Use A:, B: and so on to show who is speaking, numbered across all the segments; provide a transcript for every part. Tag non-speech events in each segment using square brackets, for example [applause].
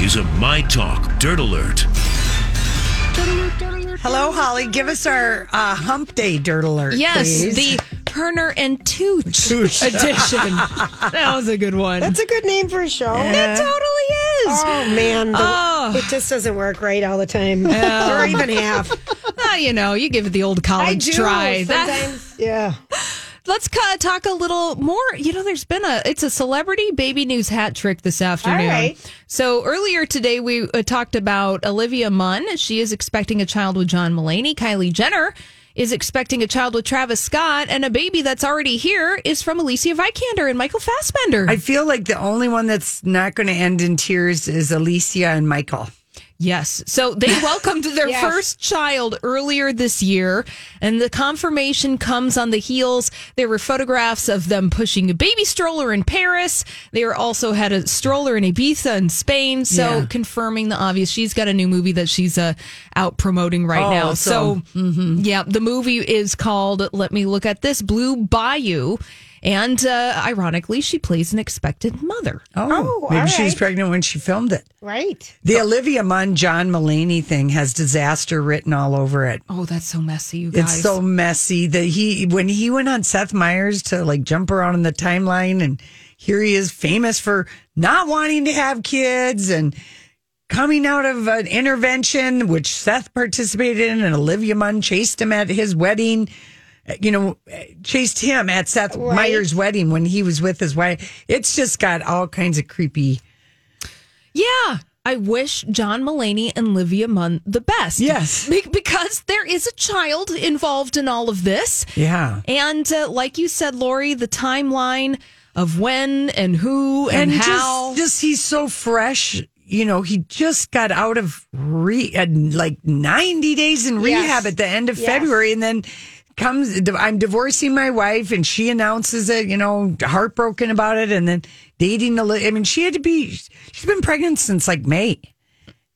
A: is a My Talk Dirt Alert.
B: Hello, Holly. Give us our uh, hump day dirt alert.
C: Yes,
B: please.
C: the Perner and Tooch edition. that was a good one.
D: That's a good name for a show.
C: it totally is.
D: Oh man, the-
C: Oh.
D: it just doesn't work right all the time, or even half.
C: [laughs] Ah, you know, you give it the old
D: I
C: college
D: do
C: try. That-
D: sometimes. yeah,
C: let's ca- talk a little more. You know, there's been a it's a celebrity baby news hat trick this afternoon.
D: right.
C: So earlier today we uh, talked about Olivia Munn. She is expecting a child with John Mulaney. Kylie Jenner is expecting a child with Travis Scott, and a baby that's already here is from Alicia Vikander and Michael Fassbender.
B: I feel like the only one that's not going to end in tears is Alicia and Michael.
C: Yes. So [laughs] they welcomed their
D: Yes.
C: first child earlier this year, and the confirmation comes on the heels. There were photographs of them pushing a baby stroller in Paris. They were also had a stroller in Ibiza in Spain. So
B: Yeah.
C: confirming the obvious, she's got a new movie that she's uh, out promoting right
B: Oh,
C: now.
B: so-
C: So, yeah, the movie is called Let Me Look at This Blue Bayou. And uh, ironically, she plays an expectant mother.
B: Oh,
D: Oh,
B: maybe
D: all
B: she was
D: right.
B: pregnant when she filmed it.
D: right.
B: The Olivia Munn John Mulaney thing has disaster written all over it.
C: Oh, that's so messy, you guys.
B: It's so messy that he when he went on Seth Meyers to like jump around in the timeline and here he is famous for not wanting to have kids and coming out of an intervention which Seth participated in and Olivia Munn chased him at his wedding you know chased him at Seth
D: Right.
B: Meyers wedding when he was with his wife it's just got all kinds of creepy
C: Yeah. I wish John Mullaney and Livia Munn the best.
B: Yes.
C: Be- because there is a child involved in all of this.
B: yeah
C: And uh, like you said, Lori, the timeline of when and who and, how.
B: Just, just he's so fresh. You know, he just got out of re uh, like ninety days in
D: Yes.
B: rehab at the end of
D: Yes.
B: February, and then comes. I'm divorcing my wife, and she announces it. You know, heartbroken about it, and then dating. a li- I mean, she had to be. She's been pregnant since like May.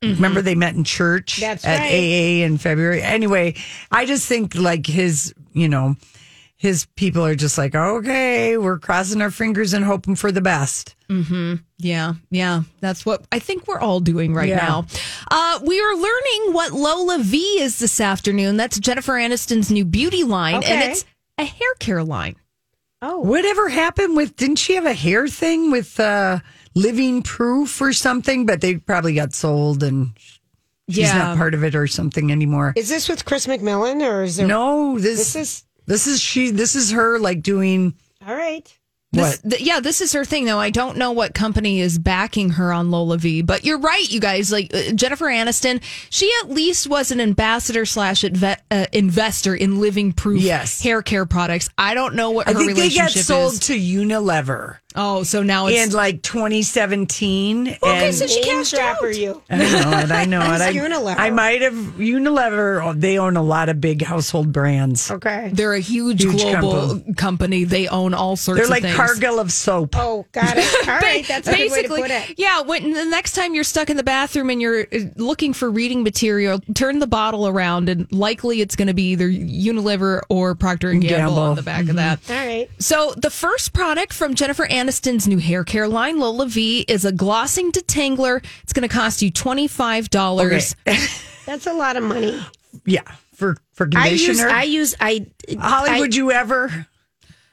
B: Remember they met in church
D: Mm-hmm. That's
B: at
D: right.
B: AA in February. Anyway, I just think like his, you know, his people are just like, okay, we're crossing our fingers and hoping for the best.
C: yeah, yeah. That's what I think we're all doing right
B: Yeah.
C: now. Uh, we are learning what Lola V is this afternoon. That's Jennifer Aniston's new beauty line, and
D: Okay.
C: it's a hair care line.
D: Oh,
B: Whatever happened with didn't she have a hair thing with uh living proof or something, but they probably got sold and she's not part of it or something anymore.
D: is this with Chris McMillan or is there?
B: No, this,
D: this is
B: this is she this is her like doing
D: all right.
B: what?
C: This, th- yeah, this is her thing, though. I don't know what company is backing her on Lola V, but you're right, you guys. Like uh, Jennifer Aniston, she at least was an ambassador slash inve- uh, investor in Living Proof
B: Yes.
C: hair care products. I don't know what
B: I
C: her
B: think they
C: relationship
B: got sold
C: is.
B: to Unilever
C: Oh, so now it's
B: in like 2017.
C: Okay,
B: and
C: so she
D: Name
C: cashed
D: dropper
C: out.
D: you.
B: [laughs] I know it. I know it. I,
D: Unilever.
B: I might have Unilever. oh, They own a lot of big household brands.
D: Okay.
C: They're a huge,
B: Huge
C: global
B: company.
C: company. They own all sorts.
B: They're
C: of
B: like
C: things.
B: Cargill of soap.
D: Oh, got
B: [laughs]
D: it. All right, that's a good way to put it.
C: yeah. When the next time you're stuck in the bathroom and you're uh, looking for reading material, turn the bottle around, and likely it's going to be either Unilever or Procter and Gamble,
B: Gamble. Mm-hmm.
C: on the back of that.
D: All right.
C: So the first product from Jennifer Aniston's new hair care line, Lola V, is a glossing detangler. It's going to cost you twenty five dollars.
D: That's a lot of money.
B: Yeah, for for
D: I use.
B: conditioner.
D: I use. I.
B: Holly,
D: I-
B: would you ever?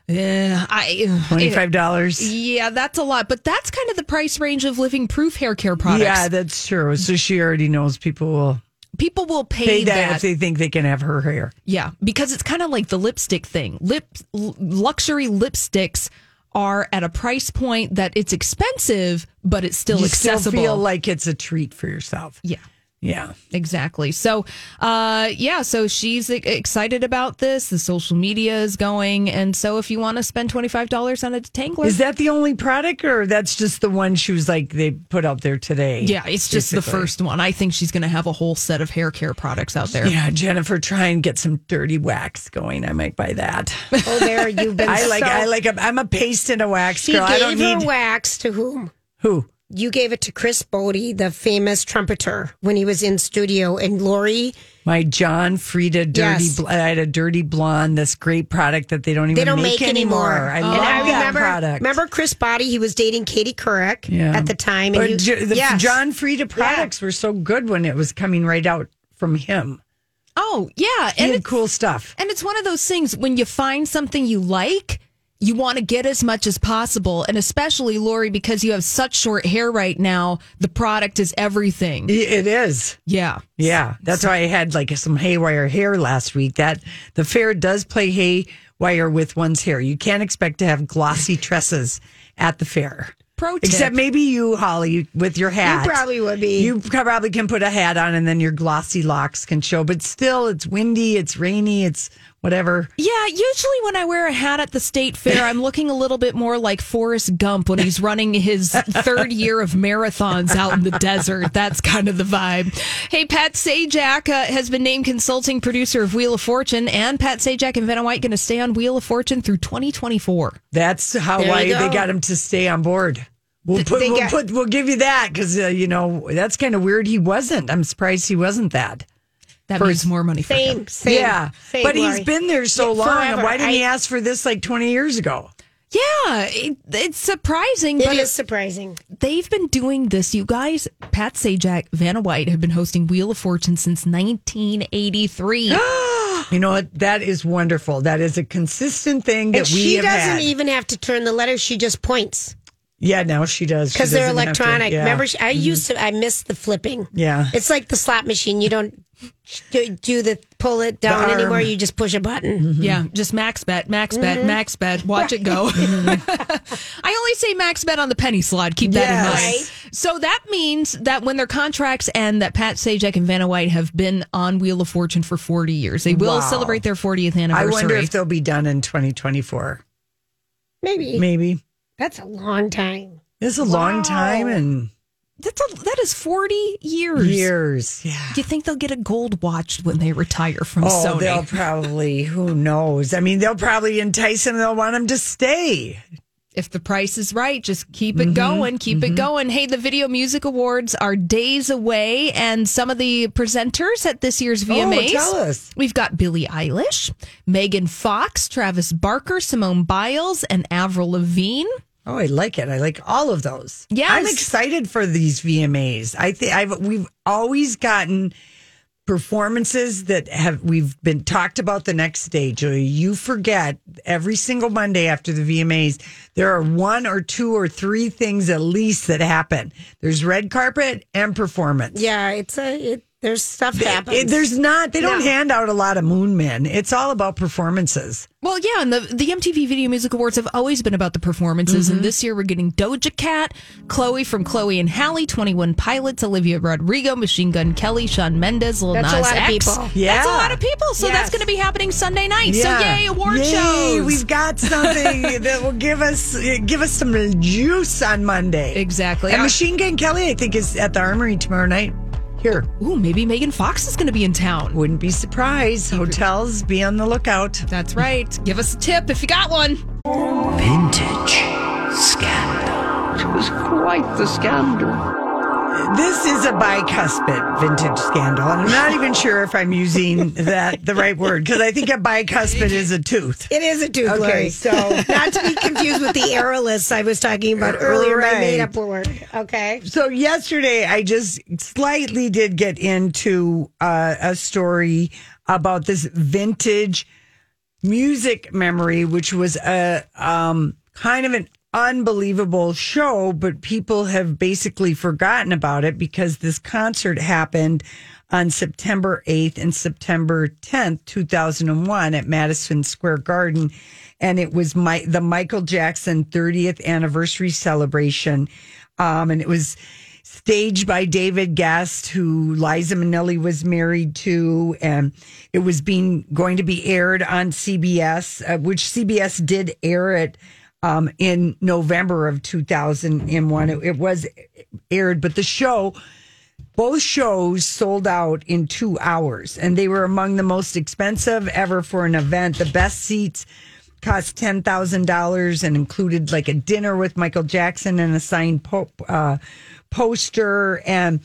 C: Yeah, Uh, I
B: Twenty five dollars.
C: yeah, that's a lot, but that's kind of the price range of Living Proof hair care products.
B: Yeah, that's true. So she already knows people will
C: people will pay,
B: pay that,
C: that
B: if they think they can have her hair.
C: Yeah, because it's kind of like the lipstick thing. Lip l- luxury lipsticks are at a price point that it's expensive, but it's still
B: You still
C: accessible.
B: feel like it's a treat for yourself.
C: yeah,
B: Yeah.
C: exactly. So, uh, yeah, so she's e- excited about this. The social media is going, and so if you want to spend twenty five dollars on a detangler,
B: Is that the only product, or that's just the one she was like they put out there today?
C: yeah, it's just the
B: basically?
C: first one. I think she's going to have a whole set of hair care products out there.
B: Yeah, Jennifer, try and get some dirty wax going. I might buy
C: [laughs]
B: that.
D: Oh, there you've been.
B: [laughs] I like.
D: so-
B: I like. A, I'm a paste and a wax
D: She
B: girl. I
D: gave
B: don't
D: her
B: need
D: wax to whom?
B: who.
D: you gave it to Chris Bodie, the famous trumpeter, when he was in studio, and Lori.
B: My John Frieda dirty.
D: Yes.
B: Bl- I had a dirty blonde. This great product that they don't even
D: They don't make, anymore. Oh.
B: I
D: And
B: love that
D: remember,
B: product.
D: Remember Chris Boddy? He was dating Katie Couric
B: Yeah.
D: at the time.
B: Or
D: he-
B: Ju- the
D: yes.
B: John Frieda products were so good when it was coming right out from him.
C: Oh, yeah.
B: He
C: And
B: had
C: it's,
B: cool stuff.
C: and it's one of those things when you find something you like, you want to get as much as possible. And especially, Lori, because you have such short hair right now, the product is everything.
B: I- It is.
C: Yeah.
B: Yeah, that's why I had like some haywire hair last week. That the fair does play haywire with one's hair. You can't expect to have glossy tresses at the fair.
C: Pro tip.
B: Except maybe you, Holly, with your hat.
D: probably would be.
B: You probably can put a hat on, and then your glossy locks can show. But still, it's windy, it's rainy, it's whatever.
C: Yeah, usually when I wear a hat at the state fair, I'm looking a little bit more like Forrest Gump when he's running his third year of marathons out in the desert. That's kind of the vibe. Hey, Pat Sajak uh, has been named consulting producer of Wheel of Fortune, and Pat Sajak and Vanna White going to stay on Wheel of Fortune through 2024.
B: That's how
D: There you
B: why they
D: go.
B: got him to stay on board. We'll put,
D: they
B: we'll,
D: got-
B: put we'll give you that because uh, you know that's kind of weird. He wasn't. I'm surprised he wasn't that.
C: That
B: First-
C: means more money for him.
D: Same, same.
B: yeah,
D: same,
B: but
D: Lori.
B: he's been there so
D: Yeah,
B: long. and
D: forever.
B: Why didn't he
D: I-
B: ask for this like 20 years ago?
C: Yeah, it, it's surprising,
D: It
C: but
D: is surprising.
C: they've been doing this, you guys. Pat Sajak, Vanna White have been hosting Wheel of Fortune
B: [gasps]
C: since [gasps] 1983.
B: You know what? That is wonderful. That is a consistent thing that
D: And
B: we
D: she
B: have
D: doesn't e-
B: had.
D: even have to turn the letters. She just points
B: yeah, now she does She
D: because they're
B: doesn't have to-
D: electronic.
B: yeah. Mm-hmm.
D: Remember, she, I used to, I missed the flipping.
B: Yeah.
D: It's like the slot machine. You don't do- do the pull it down
B: arm. Mm-hmm.
D: anywhere. You just push a button.
C: Yeah, just max bet, max bet, max bet. Watch it go. [laughs] I only say max bet on the penny slot. Keep that
B: Mm-hmm. Yes.
C: in mind. So that means that when their contracts end, that Pat Sajak and Vanna White have been on Wheel of Fortune for 40 years. They will
B: Wow.
C: celebrate their 40th
B: I
C: anniversary.
B: wonder if they'll be done in 2024.
D: Maybe.
B: Maybe
D: That's a long time.
B: it's a long time and
C: That's a, that is 40 years.
B: years. Yeah.
C: Do you think they'll get a gold watch when they retire from
B: Oh,
D: [laughs]
C: Sony?
B: they'll probably. Who knows? I mean, they'll probably entice him. They'll want him to stay.
C: if the price is right, just keep
B: Mm-hmm,
C: it going, keep it going. Hey, the Video Music Awards are days away, and some of the presenters at this year's VMAs.
B: Oh, tell us.
C: We've got Billie Eilish, Megan Fox, Travis Barker, Simone Biles, and Avril Lavigne.
B: Oh, I like it. I like all of those.
C: Yes.
B: I'm excited for these VMAs. I think I've we've always gotten performances that have we've been talked about the next day. Julia, you forget every single Monday after the VMAs, there are one or two or three things at least that happen. There's red carpet and performance.
D: Yeah, it's a. It, there's stuff happens.
B: It- there's not. They don't
D: No.
B: hand out a lot of moon men. It's all about performances.
C: Well, yeah, and the, the MTV Video Music Awards have always been about the performances,
D: Mm-hmm.
C: and this year we're getting Doja Cat, Chloe from Chloe and Halle, Twenty One Pilots, Olivia Rodrigo, Machine Gun Kelly, Sean Mendes, Lil
D: That's a
C: Nas
D: lot of
C: X.
D: people.
B: Yeah.
C: that's a lot of people. So that's
D: Yes.
C: going to be happening Sunday night.
B: Yeah.
C: So yay, award
B: Yay,
C: shows.
B: We've got
C: [laughs]
B: something that will give us uh, give us some juice on Monday.
C: Exactly. Uh,
B: And
C: Our-
B: Machine Gun Kelly, I think, is at the Armory tomorrow night. Here,
C: Ooh, maybe Megan Fox is going to be in town.
B: wouldn't be surprised. Hotels, be on the lookout.
C: That's right. Give us a tip if you got one.
E: Vintage scandal. It was quite the scandal.
B: This is a bicuspid vintage scandal, and I'm not even sure if I'm using that the right word because I think a
C: [laughs]
B: bicuspid is a tooth.
D: It is a tooth,
B: Okay,
D: Lori.
B: so-
D: [laughs] not to be confused with the aeroliths I was talking about earlier. My
B: [laughs] Right.
D: made-up word. Okay.
B: so yesterday I just slightly did get into uh, a story about this vintage music memory, which was a um, kind of an unbelievable show, but people have basically forgotten about it because this concert happened on September 8th and September 10th, 2001 at Madison Square Garden. And it was my, the Michael Jackson 30th anniversary celebration. Um, and it was, staged by David Guest, who Liza Minnelli was married to, and it was being going to be aired on CBS, uh, which CBS did air it um, in November of 2001. It, it was aired, but the show. Both shows sold out in two hours, and they were among the most expensive ever for an event. The best seats cost ten thousand dollars and included like a dinner with Michael Jackson and a signed po- uh, poster and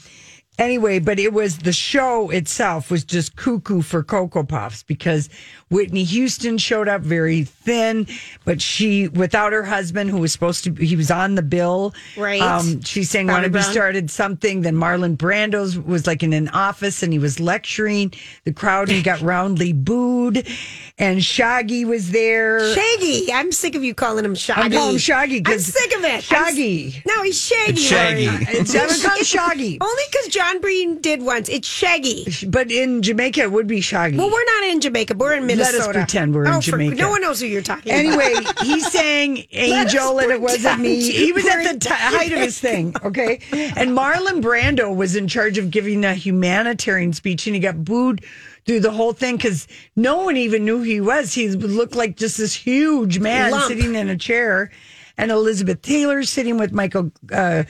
B: anyway, but it was the show itself was just cuckoo for Cocoa Puffs because Whitney Houston showed up very thin, but she without her husband who was supposed to be, he was on the bill Um,
D: Right.
B: she sang
D: Bobby
B: "Want to Be
D: Brown.
B: Started Something." Then Marlon Brando's was like in an office and he was lecturing the crowd. He got roundly booed, and Shaggy was there.
D: Shaggy. I'm sick of you calling him Shaggy.
B: I call him Shaggy
D: I'm
B: 'cause
D: sick of it. I'm s-
B: Shaggy.
D: no, he's Shaggy.
A: It's Shaggy.
D: Lori.
B: It's never called Shaggy,
D: Only because John Breen did once. It's Shaggy.
B: but in Jamaica it would be Shaggy.
D: Well, we're not in Jamaica. We're in
B: Let us
D: Minnesota.
B: pretend we're in
D: Oh, for-
B: Jamaica.
D: no one knows who you're talking about.
B: Anyway, he sang
D: Let us
B: Angel and it wasn't me.
D: pretend
B: He was at the t-
D: we're
B: height of his thing, okay? And Marlon Brando was in charge of giving a humanitarian speech and he got booed through the whole thing because no one even knew who he was. He looked like just this huge man
D: Lump.
B: sitting in a chair and Elizabeth Taylor sitting with Michael uh,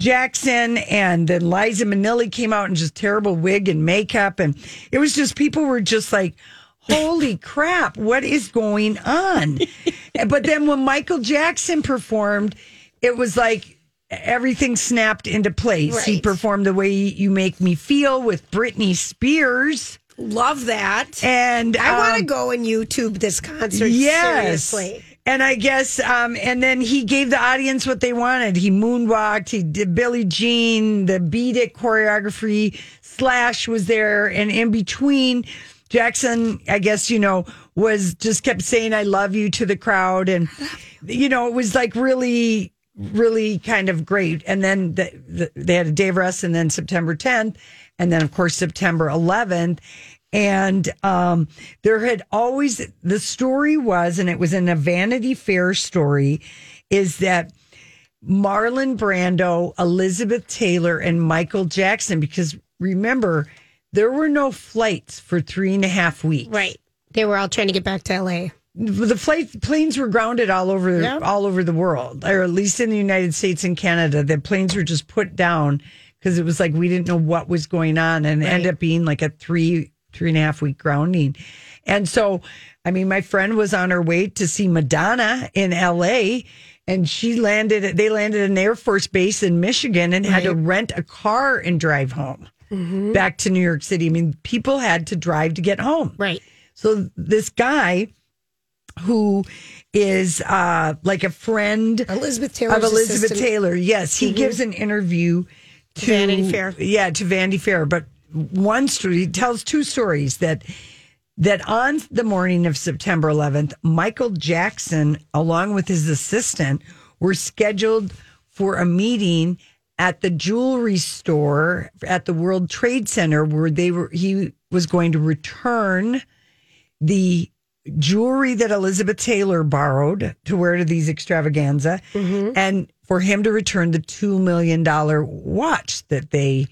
B: Jackson and then Liza Minnelli came out in just terrible wig and makeup and it was just people were just like holy [laughs] crap what is going on
D: [laughs]
B: but then when Michael Jackson performed it was like everything snapped into place he
D: Right.
B: performed the way you make me feel with Britney Spears
D: [laughs] Love that.
B: and
D: I want
B: um,
D: to go and YouTube this concert. Seriously.
B: and I guess, um, and then he gave the audience what they wanted. He moonwalked. He did Billie Jean, the Beat It choreography. Slash was there, and in between, Jackson, I guess you know, was just kept saying "I love you" to the crowd, and you know, it was like really, really kind of great. And then the, the, they had a day of rest, and then September 10th, and then of course September 11th. And um, there had always the story was, and it was in a Vanity Fair story, is that Marlon Brando, Elizabeth Taylor, and Michael Jackson, because remember, there were no flights for three and a half weeks.
D: Right. They were all trying to get back to LA.
B: The flight, planes were grounded all over
D: Yeah.
B: all over the world, or at least in the United States and Canada. The planes were just put down because it was like we didn't know what was going on, and it ended up being like a three three and a half week grounding. And so, I mean, my friend was on her way to see Madonna in L.A. And she landed. They landed at an Air Force base in Michigan and had to rent a car and drive home back to New York City. I mean, people had to drive to get home.
D: Right.
B: So this guy who is uh, like a friend
D: Elizabeth Taylor.
B: of Elizabeth Taylor, yes, he gives an interview to
D: Vanity Fair.
B: Yeah, to Vanity Fair, but one story he tells two stories that that on the morning of September 11th, Michael Jackson, along with his assistant, were scheduled for a meeting at the jewelry store at the World Trade Center, where they were. He was going to return the jewelry that Elizabeth Taylor borrowed to wear to these extravaganza,
D: Mm-hmm.
B: and for him to return the two million dollar watch that they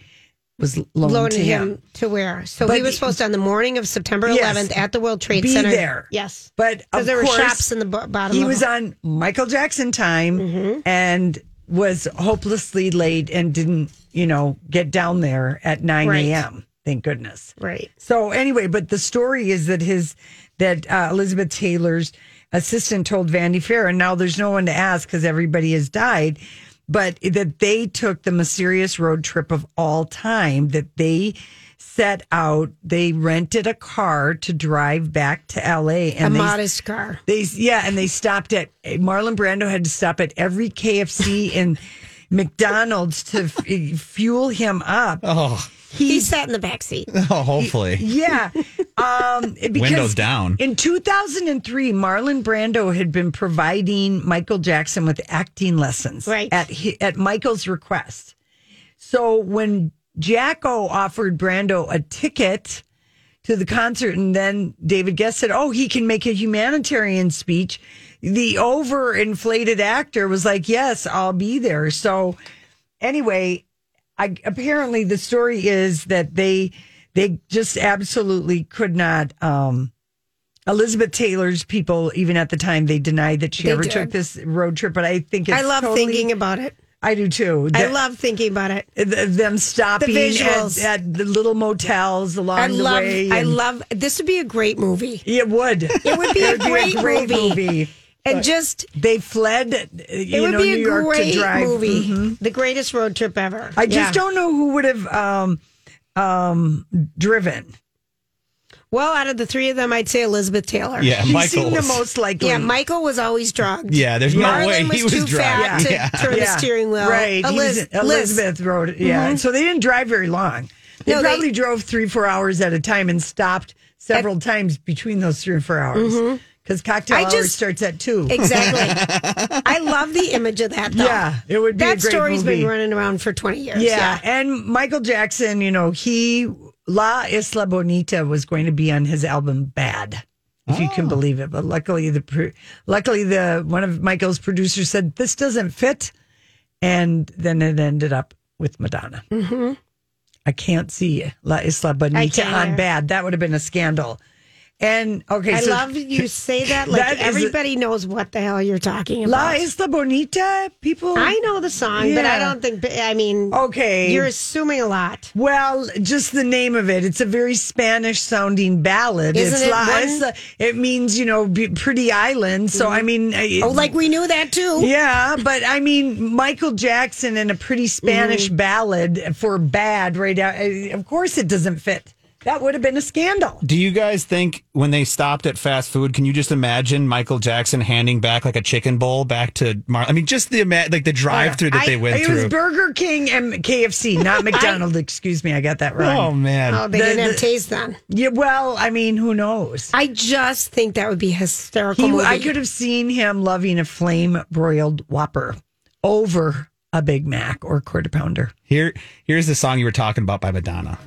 B: was loaned
D: Loaned
B: to
D: him,
B: him.
D: to where? So
B: But
D: he was
B: he-
D: supposed to, on the morning of September
B: Yes.
D: 11th at the World Trade
B: Be
D: Center.
B: there.
D: Yes.
B: But of
D: Because there were
B: course,
D: shops in Mm-hmm. the bo- bottom.
B: he
D: of
B: was
D: them.
B: on Michael Jackson time and was hopelessly late and didn't, you know, get down there at nine
D: Right.
B: a.m. Thank goodness.
D: Right.
B: So anyway, but the story is that his that uh, Elizabeth Taylor's assistant told Vanity Fair, and now there's no one to ask because everybody has died. But that they took the most serious road trip of all time. That they set out. They rented a car to drive back to L.A.
D: A
B: and they
D: modest car.
B: they yeah, and they stopped at Marlon Brando had to stop at every
D: [laughs]
B: KFC and McDonald's to f- fuel him up.
F: Oh,
D: He sat in the back seat.
F: oh [laughs] hopefully.
B: Yeah. Um, it- because
F: Windows down.
B: In 2003, Marlon Brando had been providing Michael Jackson with acting lessons
D: Right.
B: at, hi- at Michael's request. So when Jacko offered Brando a ticket to the concert, and then David Guest said, Oh, he can make a humanitarian speech, the overinflated actor was like, Yes, I'll be there. So anyway, I, apparently the story is that they they just absolutely could not. Um, Elizabeth Taylor's people, even at the time, they denied that she
D: They
B: ever
D: did.
B: took this road trip. But I think it's
D: I love
B: totally-
D: thinking about it.
B: I do too.
D: I
B: The-
D: love thinking about it.
B: th- them stopping at,
D: visuals.
B: at the little motels along
D: I
B: the
D: love.
B: way.
D: I
B: and-
D: love. This would be a great movie.
B: It would. [laughs] It
D: would be a great movie. And
B: But-
D: just
B: They fled, uh,
D: it
B: you
D: would
B: know,
D: be a
B: New York to
D: great
B: drive. Mm-hmm.
D: movie. The greatest road trip ever.
B: I just
D: Yeah.
B: don't know who would have um, um, driven.
D: Well, out of the three of them, I'd say Elizabeth Taylor.
F: Yeah,
B: He
F: Michael.
B: seemed the
F: was-
B: most likely.
D: Yeah, Michael was always drugged.
F: Yeah, there's
D: Marlon
F: no way
D: was,
F: he was
D: too fat
F: driving.
D: to
F: Yeah.
D: turn the steering wheel.
B: Right. He was-
D: Eliz- Liz.
B: Elizabeth rode it. Yeah. So they didn't drive very long. They
D: No, they-
B: probably drove three, four hours at a time and stopped several times between those three and four hours. Because cocktail
D: Mm-hmm. I
B: hour
D: just-
B: starts at two.
D: Exactly.
B: [laughs]
D: I love the image of that. Though.
B: Yeah, it would be a
D: that
B: great
D: story's
B: movie.
D: been running around for twenty years.
B: Yeah. And Michael Jackson, you know, he La Isla Bonita was going to be on his album Bad. If you
D: Oh.
B: can believe it, but luckily the pro- luckily the one of Michael's producers said this doesn't fit, and then it ended up with Madonna. Mm-hmm. I can't see La Isla Bonita
D: can't
B: on
D: either.
B: Bad. That would have been a scandal. And okay,
D: I
B: so
D: love you say
B: [laughs]
D: that like
B: That is a-
D: everybody knows what the hell you're talking
B: La
D: about.
B: Isla Bonita. People,
D: I know the song, but I
B: Yeah.
D: don't think. I mean,
B: Okay.
D: you're assuming a lot.
B: Well, just the name of it. It's a very Spanish sounding ballad.
D: Isn't
B: it's
D: it
B: La
D: one-
B: Isla. It means, you know, be- pretty island. So, I mean, I-
D: Oh, like we knew that too.
B: yeah, but I mean, Michael Jackson and a pretty Spanish
D: Mm-hmm.
B: ballad for bad right now. I- Of course, it doesn't fit. That would have been a scandal.
F: Do you guys think when they stopped at fast food, can you just imagine Michael Jackson handing back like a chicken bowl back to Mar? I mean, just the ima- like the drive through that
D: I-
F: they went
B: It was
F: through.
B: Burger King and KFC,
D: [laughs]
B: not McDonald. Excuse me, I got that
F: oh
B: wrong.
F: man,
D: Oh, they
B: The-
D: didn't have
B: the-
D: taste then.
B: Yeah, well, I mean, who knows?
D: I just think that would be a hysterical.
B: He,
D: movie.
B: I could have seen him loving a flame broiled Whopper over a Big Mac or quarter pounder.
F: here here's the song you were talking about by Madonna.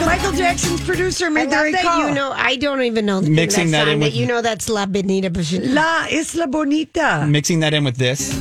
B: Michael Jackson's producer
D: I
B: made the
D: love
B: right
D: that
B: call.
D: you know. I don't even know the name
F: Mixing
D: of
F: that
D: song,
F: in with-
D: but you know that's La Bonita. Bajita.
B: La Isla Bonita.
F: Mixing that in with this,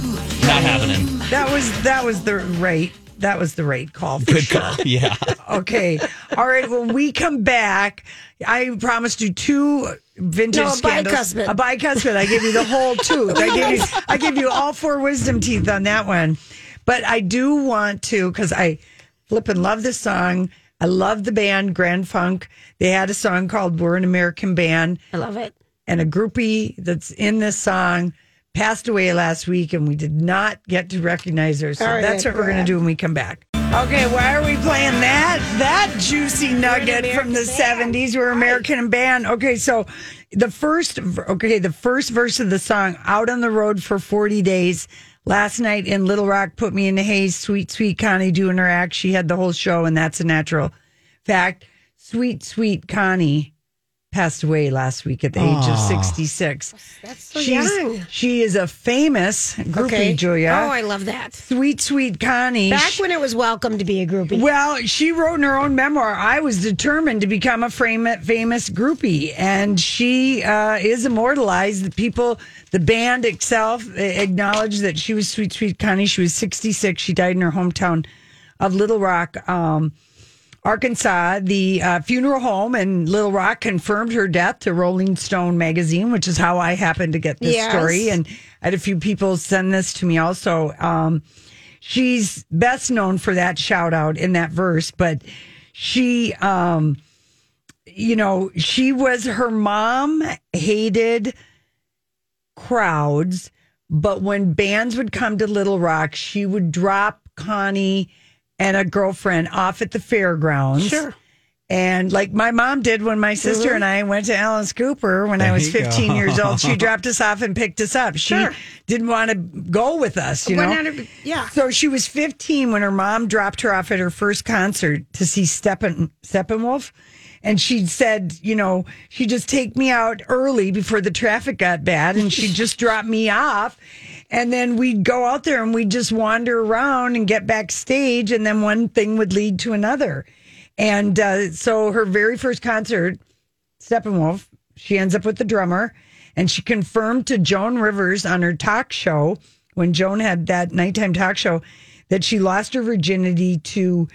F: not happening.
B: That was that was the right that was the right call. For
F: Good
B: sure.
F: call. Yeah,
B: Okay. [laughs] All right. When we come back, I promised you two vintage
D: No, a
B: scandals.
D: bicuspid.
B: A bicuspid. I gave you the whole tooth. I
D: [laughs]
B: gave you I gave you all four wisdom teeth on that one. But I do want to because I flip and love this song. I love the band Grand Funk. They had a song called "We're an American Band,"
D: I love it.
B: and a groupie that's in this song passed away last week, and we did not get to recognize her. So
D: All right,
B: that's what we're going to
D: Brad.
B: do when we come back. Okay, why are we playing that? That juicy nugget from
D: American
B: the
D: band.
B: 70s. We're American band. Okay, so the first okay, the first verse of the song Out on the Road for 40 Days. Last night in Little Rock put me in the haze. Sweet, sweet Connie doing her act. She had the whole show, and that's a natural fact. Sweet, sweet Connie passed away last week at the age of 66.
D: That's so
B: She's,
D: young.
B: she is a famous groupie, Julia.
D: Oh, I love that.
B: sweet, sweet Connie.
D: Back
B: She-
D: when it was welcome to be a groupie.
B: well, she wrote in her own memoir, I was determined to become a frame- famous groupie. And she uh, is immortalized. The people, the band itself uh, acknowledged that she was Sweet Sweet Connie. She was 66. She died in her hometown of Little Rock, um, Arkansas. The uh, funeral home in Little Rock confirmed her death to Rolling Stone magazine, which is how I happened to get this
D: Yes.
B: story. And I had a few people send this to me also. Um, she's best known for that shout out in that verse, but she, um, you know, she was her mom hated crowds, but when bands would come to Little Rock, she would drop Connie and a girlfriend off at the fairgrounds.
D: Sure.
B: And like my mom did when my sister and I went to Alice Cooper when I was
F: you go.
B: 15 years old, she dropped us off and picked us up. She
D: Sure.
B: didn't want to go with us, you know.
D: 100 yeah.
B: So she was 15 when her mom dropped her off at her first concert to see Steppen, Steppenwolf. And she said, you know, she just take me out early before the traffic got bad and she'd just drop me off. And then we'd go out there and we'd just wander around and get backstage. And then one thing would lead to another. And uh, so her very first concert, Steppenwolf, she ends up with the drummer. And she confirmed to Joan Rivers on her talk show when Joan had that nighttime talk show that she lost her virginity to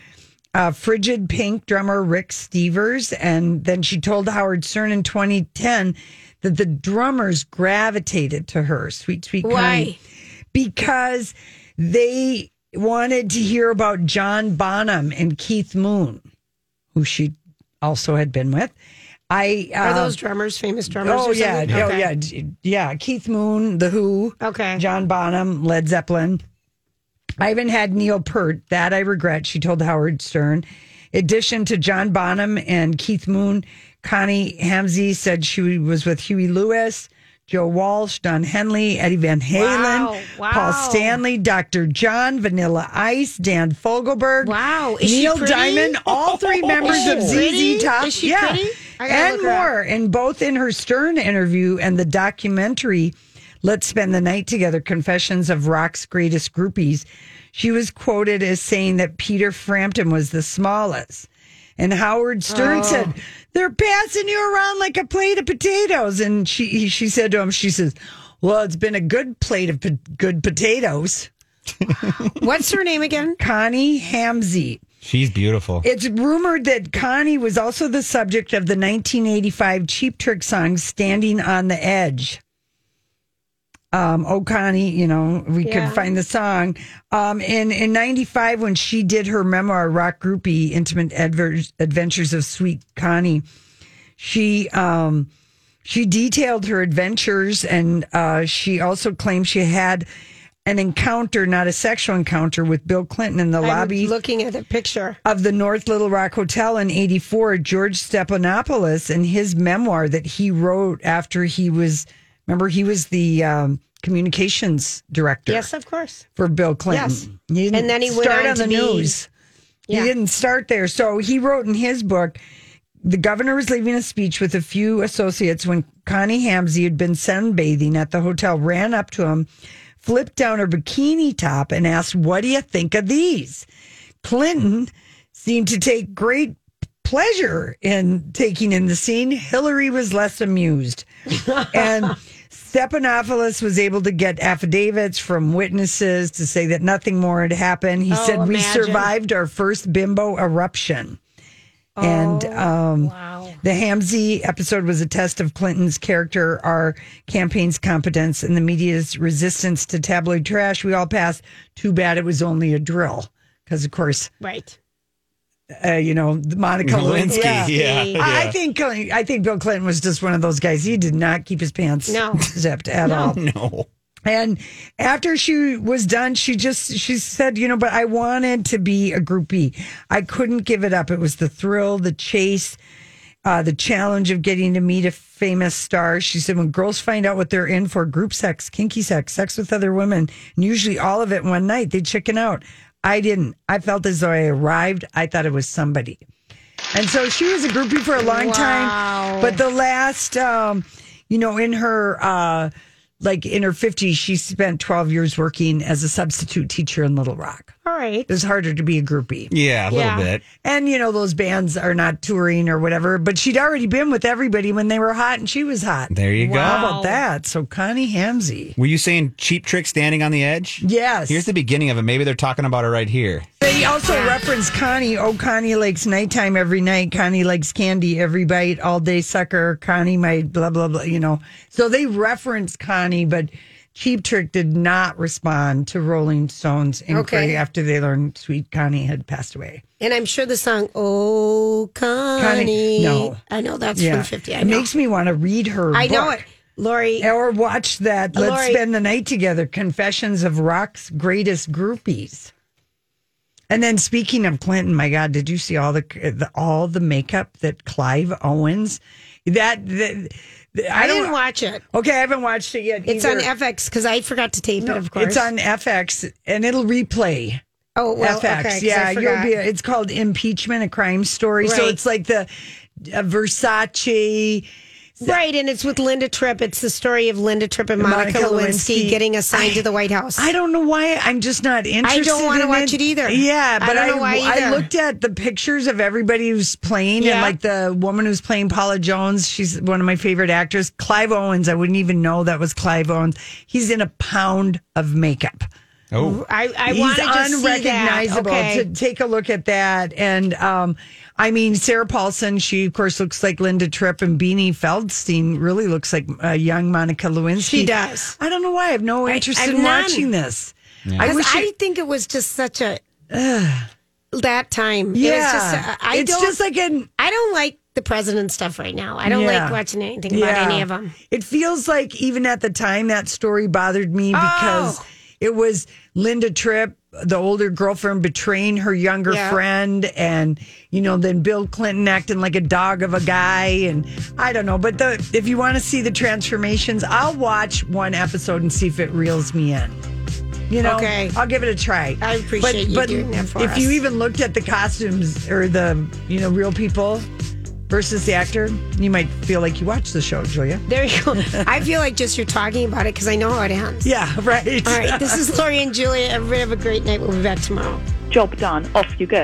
B: uh, frigid pink drummer Rick Stevers. And then she told Howard Stern in 2010 that the drummers gravitated to her, sweet, sweet
D: Why?
B: Connie, because they wanted to hear about John Bonham and Keith Moon, who she also had been with. I uh,
D: Are those drummers famous drummers?
B: Oh
D: or
B: yeah,
D: something?
B: oh
D: Okay.
B: yeah, d- yeah. Keith Moon, The Who,
D: Okay.
B: John Bonham, Led Zeppelin. I haven't had Neil Peart. That I regret. She told Howard Stern. Addition to John Bonham and Keith Moon, Connie Hamsey said she was with Huey Lewis, Joe Walsh, Don Henley, Eddie Van Halen,
D: Wow, wow.
B: Paul Stanley, Dr. John, Vanilla Ice, Dan Fogelberg,
D: Wow, is she
B: Neil
D: pretty?
B: Diamond, all
D: [laughs]
B: three members
D: Is she pretty?
B: of ZZ Top.
D: Is she
B: yeah,
D: pretty? I gotta
B: and
D: look her up.
B: more more, and both in her Stern interview and the documentary Let's Spend the Night Together Confessions of Rock's Greatest Groupies, she was quoted as saying that Peter Frampton was the smallest. And Howard Stern
D: Oh.
B: said, They're passing you around like a plate of potatoes. And she, he- she said to him, She says, Well, it's been a good plate of po- good potatoes.
D: What's her name again?
B: Connie Hamsey.
F: She's beautiful.
B: It's rumored that Connie was also the subject of the 1985 Cheap Trick song "Standing on the Edge." Um, oh, Connie, you know we
D: Yeah.
B: could find the song. Um, in in '95, when she did her memoir "Rock Groupie: Intimate Adver- Adventures of Sweet Connie," she um, she detailed her adventures, and uh, she also claimed she had an encounter, not a sexual encounter, with Bill Clinton in the
D: I'm
B: lobby
D: looking at the picture.
B: of the North Little Rock Hotel in 84, George Stephanopoulos, in his memoir that he wrote after he was, remember, he was the um, communications director
D: Yes, of course.
B: for Bill Clinton.
D: Yes.
B: He didn't
D: And then he went
B: start
D: on
B: on the
D: to be-
B: news.
D: Yeah.
B: He didn't start there. So he wrote in his book, the governor was leaving a speech with a few associates when Connie Hamsey had been sunbathing at the hotel, ran up to him, flipped down her bikini top, and asked, What do you think of these? Clinton seemed to take great pleasure in taking in the scene. Hillary was less amused.
D: [laughs]
B: and Stephanopoulos was able to get affidavits from witnesses to say that nothing more had happened. He
D: Oh,
B: said, We
D: imagine.
B: survived our first bimbo eruption. and um,
D: Oh, Wow.
B: the Hamsey episode was a test of Clinton's character, our campaign's competence, and the media's resistance to tabloid trash. We all passed. Too bad it was only a drill. Because, of course,
D: Right.
B: uh, you know, Monica
F: Lewinsky.
B: Lewinsky.
F: Yeah.
B: I, I
F: yeah.
B: think uh, I think Bill Clinton was just one of those guys. He did not keep his pants
D: No.
B: [laughs] zipped at all.
F: no.
B: And after she was done, she just she said, you know, but I wanted to be a groupie. I couldn't give it up. It was the thrill, the chase, uh, the challenge of getting to meet a famous star. She said, when girls find out what they're in for, group sex, kinky sex, sex with other women, and usually all of it in one night, they chicken out. I didn't. I felt as though I arrived. I thought it was somebody. And so she was a groupie for a long time. But the last, um, you know, in her, uh, like in her 50s, she spent 12 years working as a substitute teacher in Little Rock.
D: All right.
B: It was harder to be a groupie.
F: Yeah, a
D: Yeah.
F: little bit.
B: And, you know, those bands are not touring or whatever, but she'd already been with everybody when they were hot and she was hot.
F: There you
B: How
F: go.
B: about that? So Connie Hamsey.
F: Were you saying cheap trick standing on the edge?
B: Yes.
F: Here's the beginning of it. Maybe they're talking about it right here.
B: They also reference Connie. Oh, Connie likes nighttime every night. Connie likes candy every bite, all day sucker. Connie might blah, blah, blah, you know. So they reference Connie, but Cheap Trick did not respond to Rolling Stone's inquiry
D: Okay.
B: after they learned Sweet Connie had passed away.
D: And I'm sure the song "Oh Connie."
B: No.
D: I know that's from 50. I
B: it
D: know.
B: makes me want to read her.
D: I know
B: book.
D: it, Lori.
B: Or watch that. Let's
D: Lori-
B: spend the night together. Confessions of Rock's greatest groupies. And then speaking of Clinton, my God, did you see all the, the all the makeup that Clive Owens? That, that I,
D: I
B: don't.
D: didn't watch it.
B: okay, I haven't watched it yet.
D: It's
B: either.
D: on FX because I forgot to tape it. Of course,
B: It's on FX, and it'll replay.
D: Oh well,
B: FX.
D: okay, 'cause
B: yeah,
D: I
B: you'll
D: forgot.
B: be. It's called Impeachment: A Crime Story. So
D: Right.
B: it's like the uh, Versace.
D: right, and it's with Linda Tripp. It's the story of Linda Tripp and Monica,
B: Monica
D: Lewinsky,
B: Lewinsky.
D: getting assigned to the White House.
B: I don't know why. I'm just not interested.
D: wanna
B: in
D: watch it either.
B: Yeah,
D: I
B: but
D: don't
B: I
D: know why
B: I
D: either.
B: looked at the pictures of everybody who's playing, and
D: Yeah.
B: like the woman who's playing Paula Jones. She's one of my favorite actors. Clive Owens. I wouldn't even know that was Clive Owens. He's in a pound of makeup.
F: Oh.
D: I, I
B: He's
D: want to just see that.
B: unrecognizable.
D: Okay.
B: To take a look at that, and um, I mean Sarah Paulson. She of course looks like Linda Tripp, and Beanie Feldstein really looks like uh, young Monica Lewinsky.
D: She does.
B: I don't know why I have no interest
D: I've
B: in
D: none.
B: watching this. I
D: 'Cause
B: wish
D: I
B: it,
D: think it was just such a that time.
B: yeah.
D: It was just, uh, I
B: it's
D: don't,
B: just like an
D: I don't like the president stuff right now. I don't
B: Yeah.
D: like watching anything
B: Yeah.
D: about any of them.
B: It feels like even at the time that story bothered me because
D: Oh.
B: it was Linda Tripp, the older girlfriend, betraying her younger
D: Yeah.
B: friend, and you know, then Bill Clinton acting like a dog of a guy, and I don't know. But the, if you want to see the transformations, I'll watch one episode and see if it reels me in. You know,
D: Okay.
B: I'll give it a try.
D: I appreciate you doing that for
B: if you
D: us.
B: even looked at the costumes or the you know real people versus the actor, you might feel like you watched the show, Julia.
D: There you go. I feel like just you're talking about it because I know how it ends. [laughs]
B: [laughs] Yeah, right.
D: All right. This is Lori and Julia. Everybody have a great night. We'll be back tomorrow.
G: Job done. Off you go.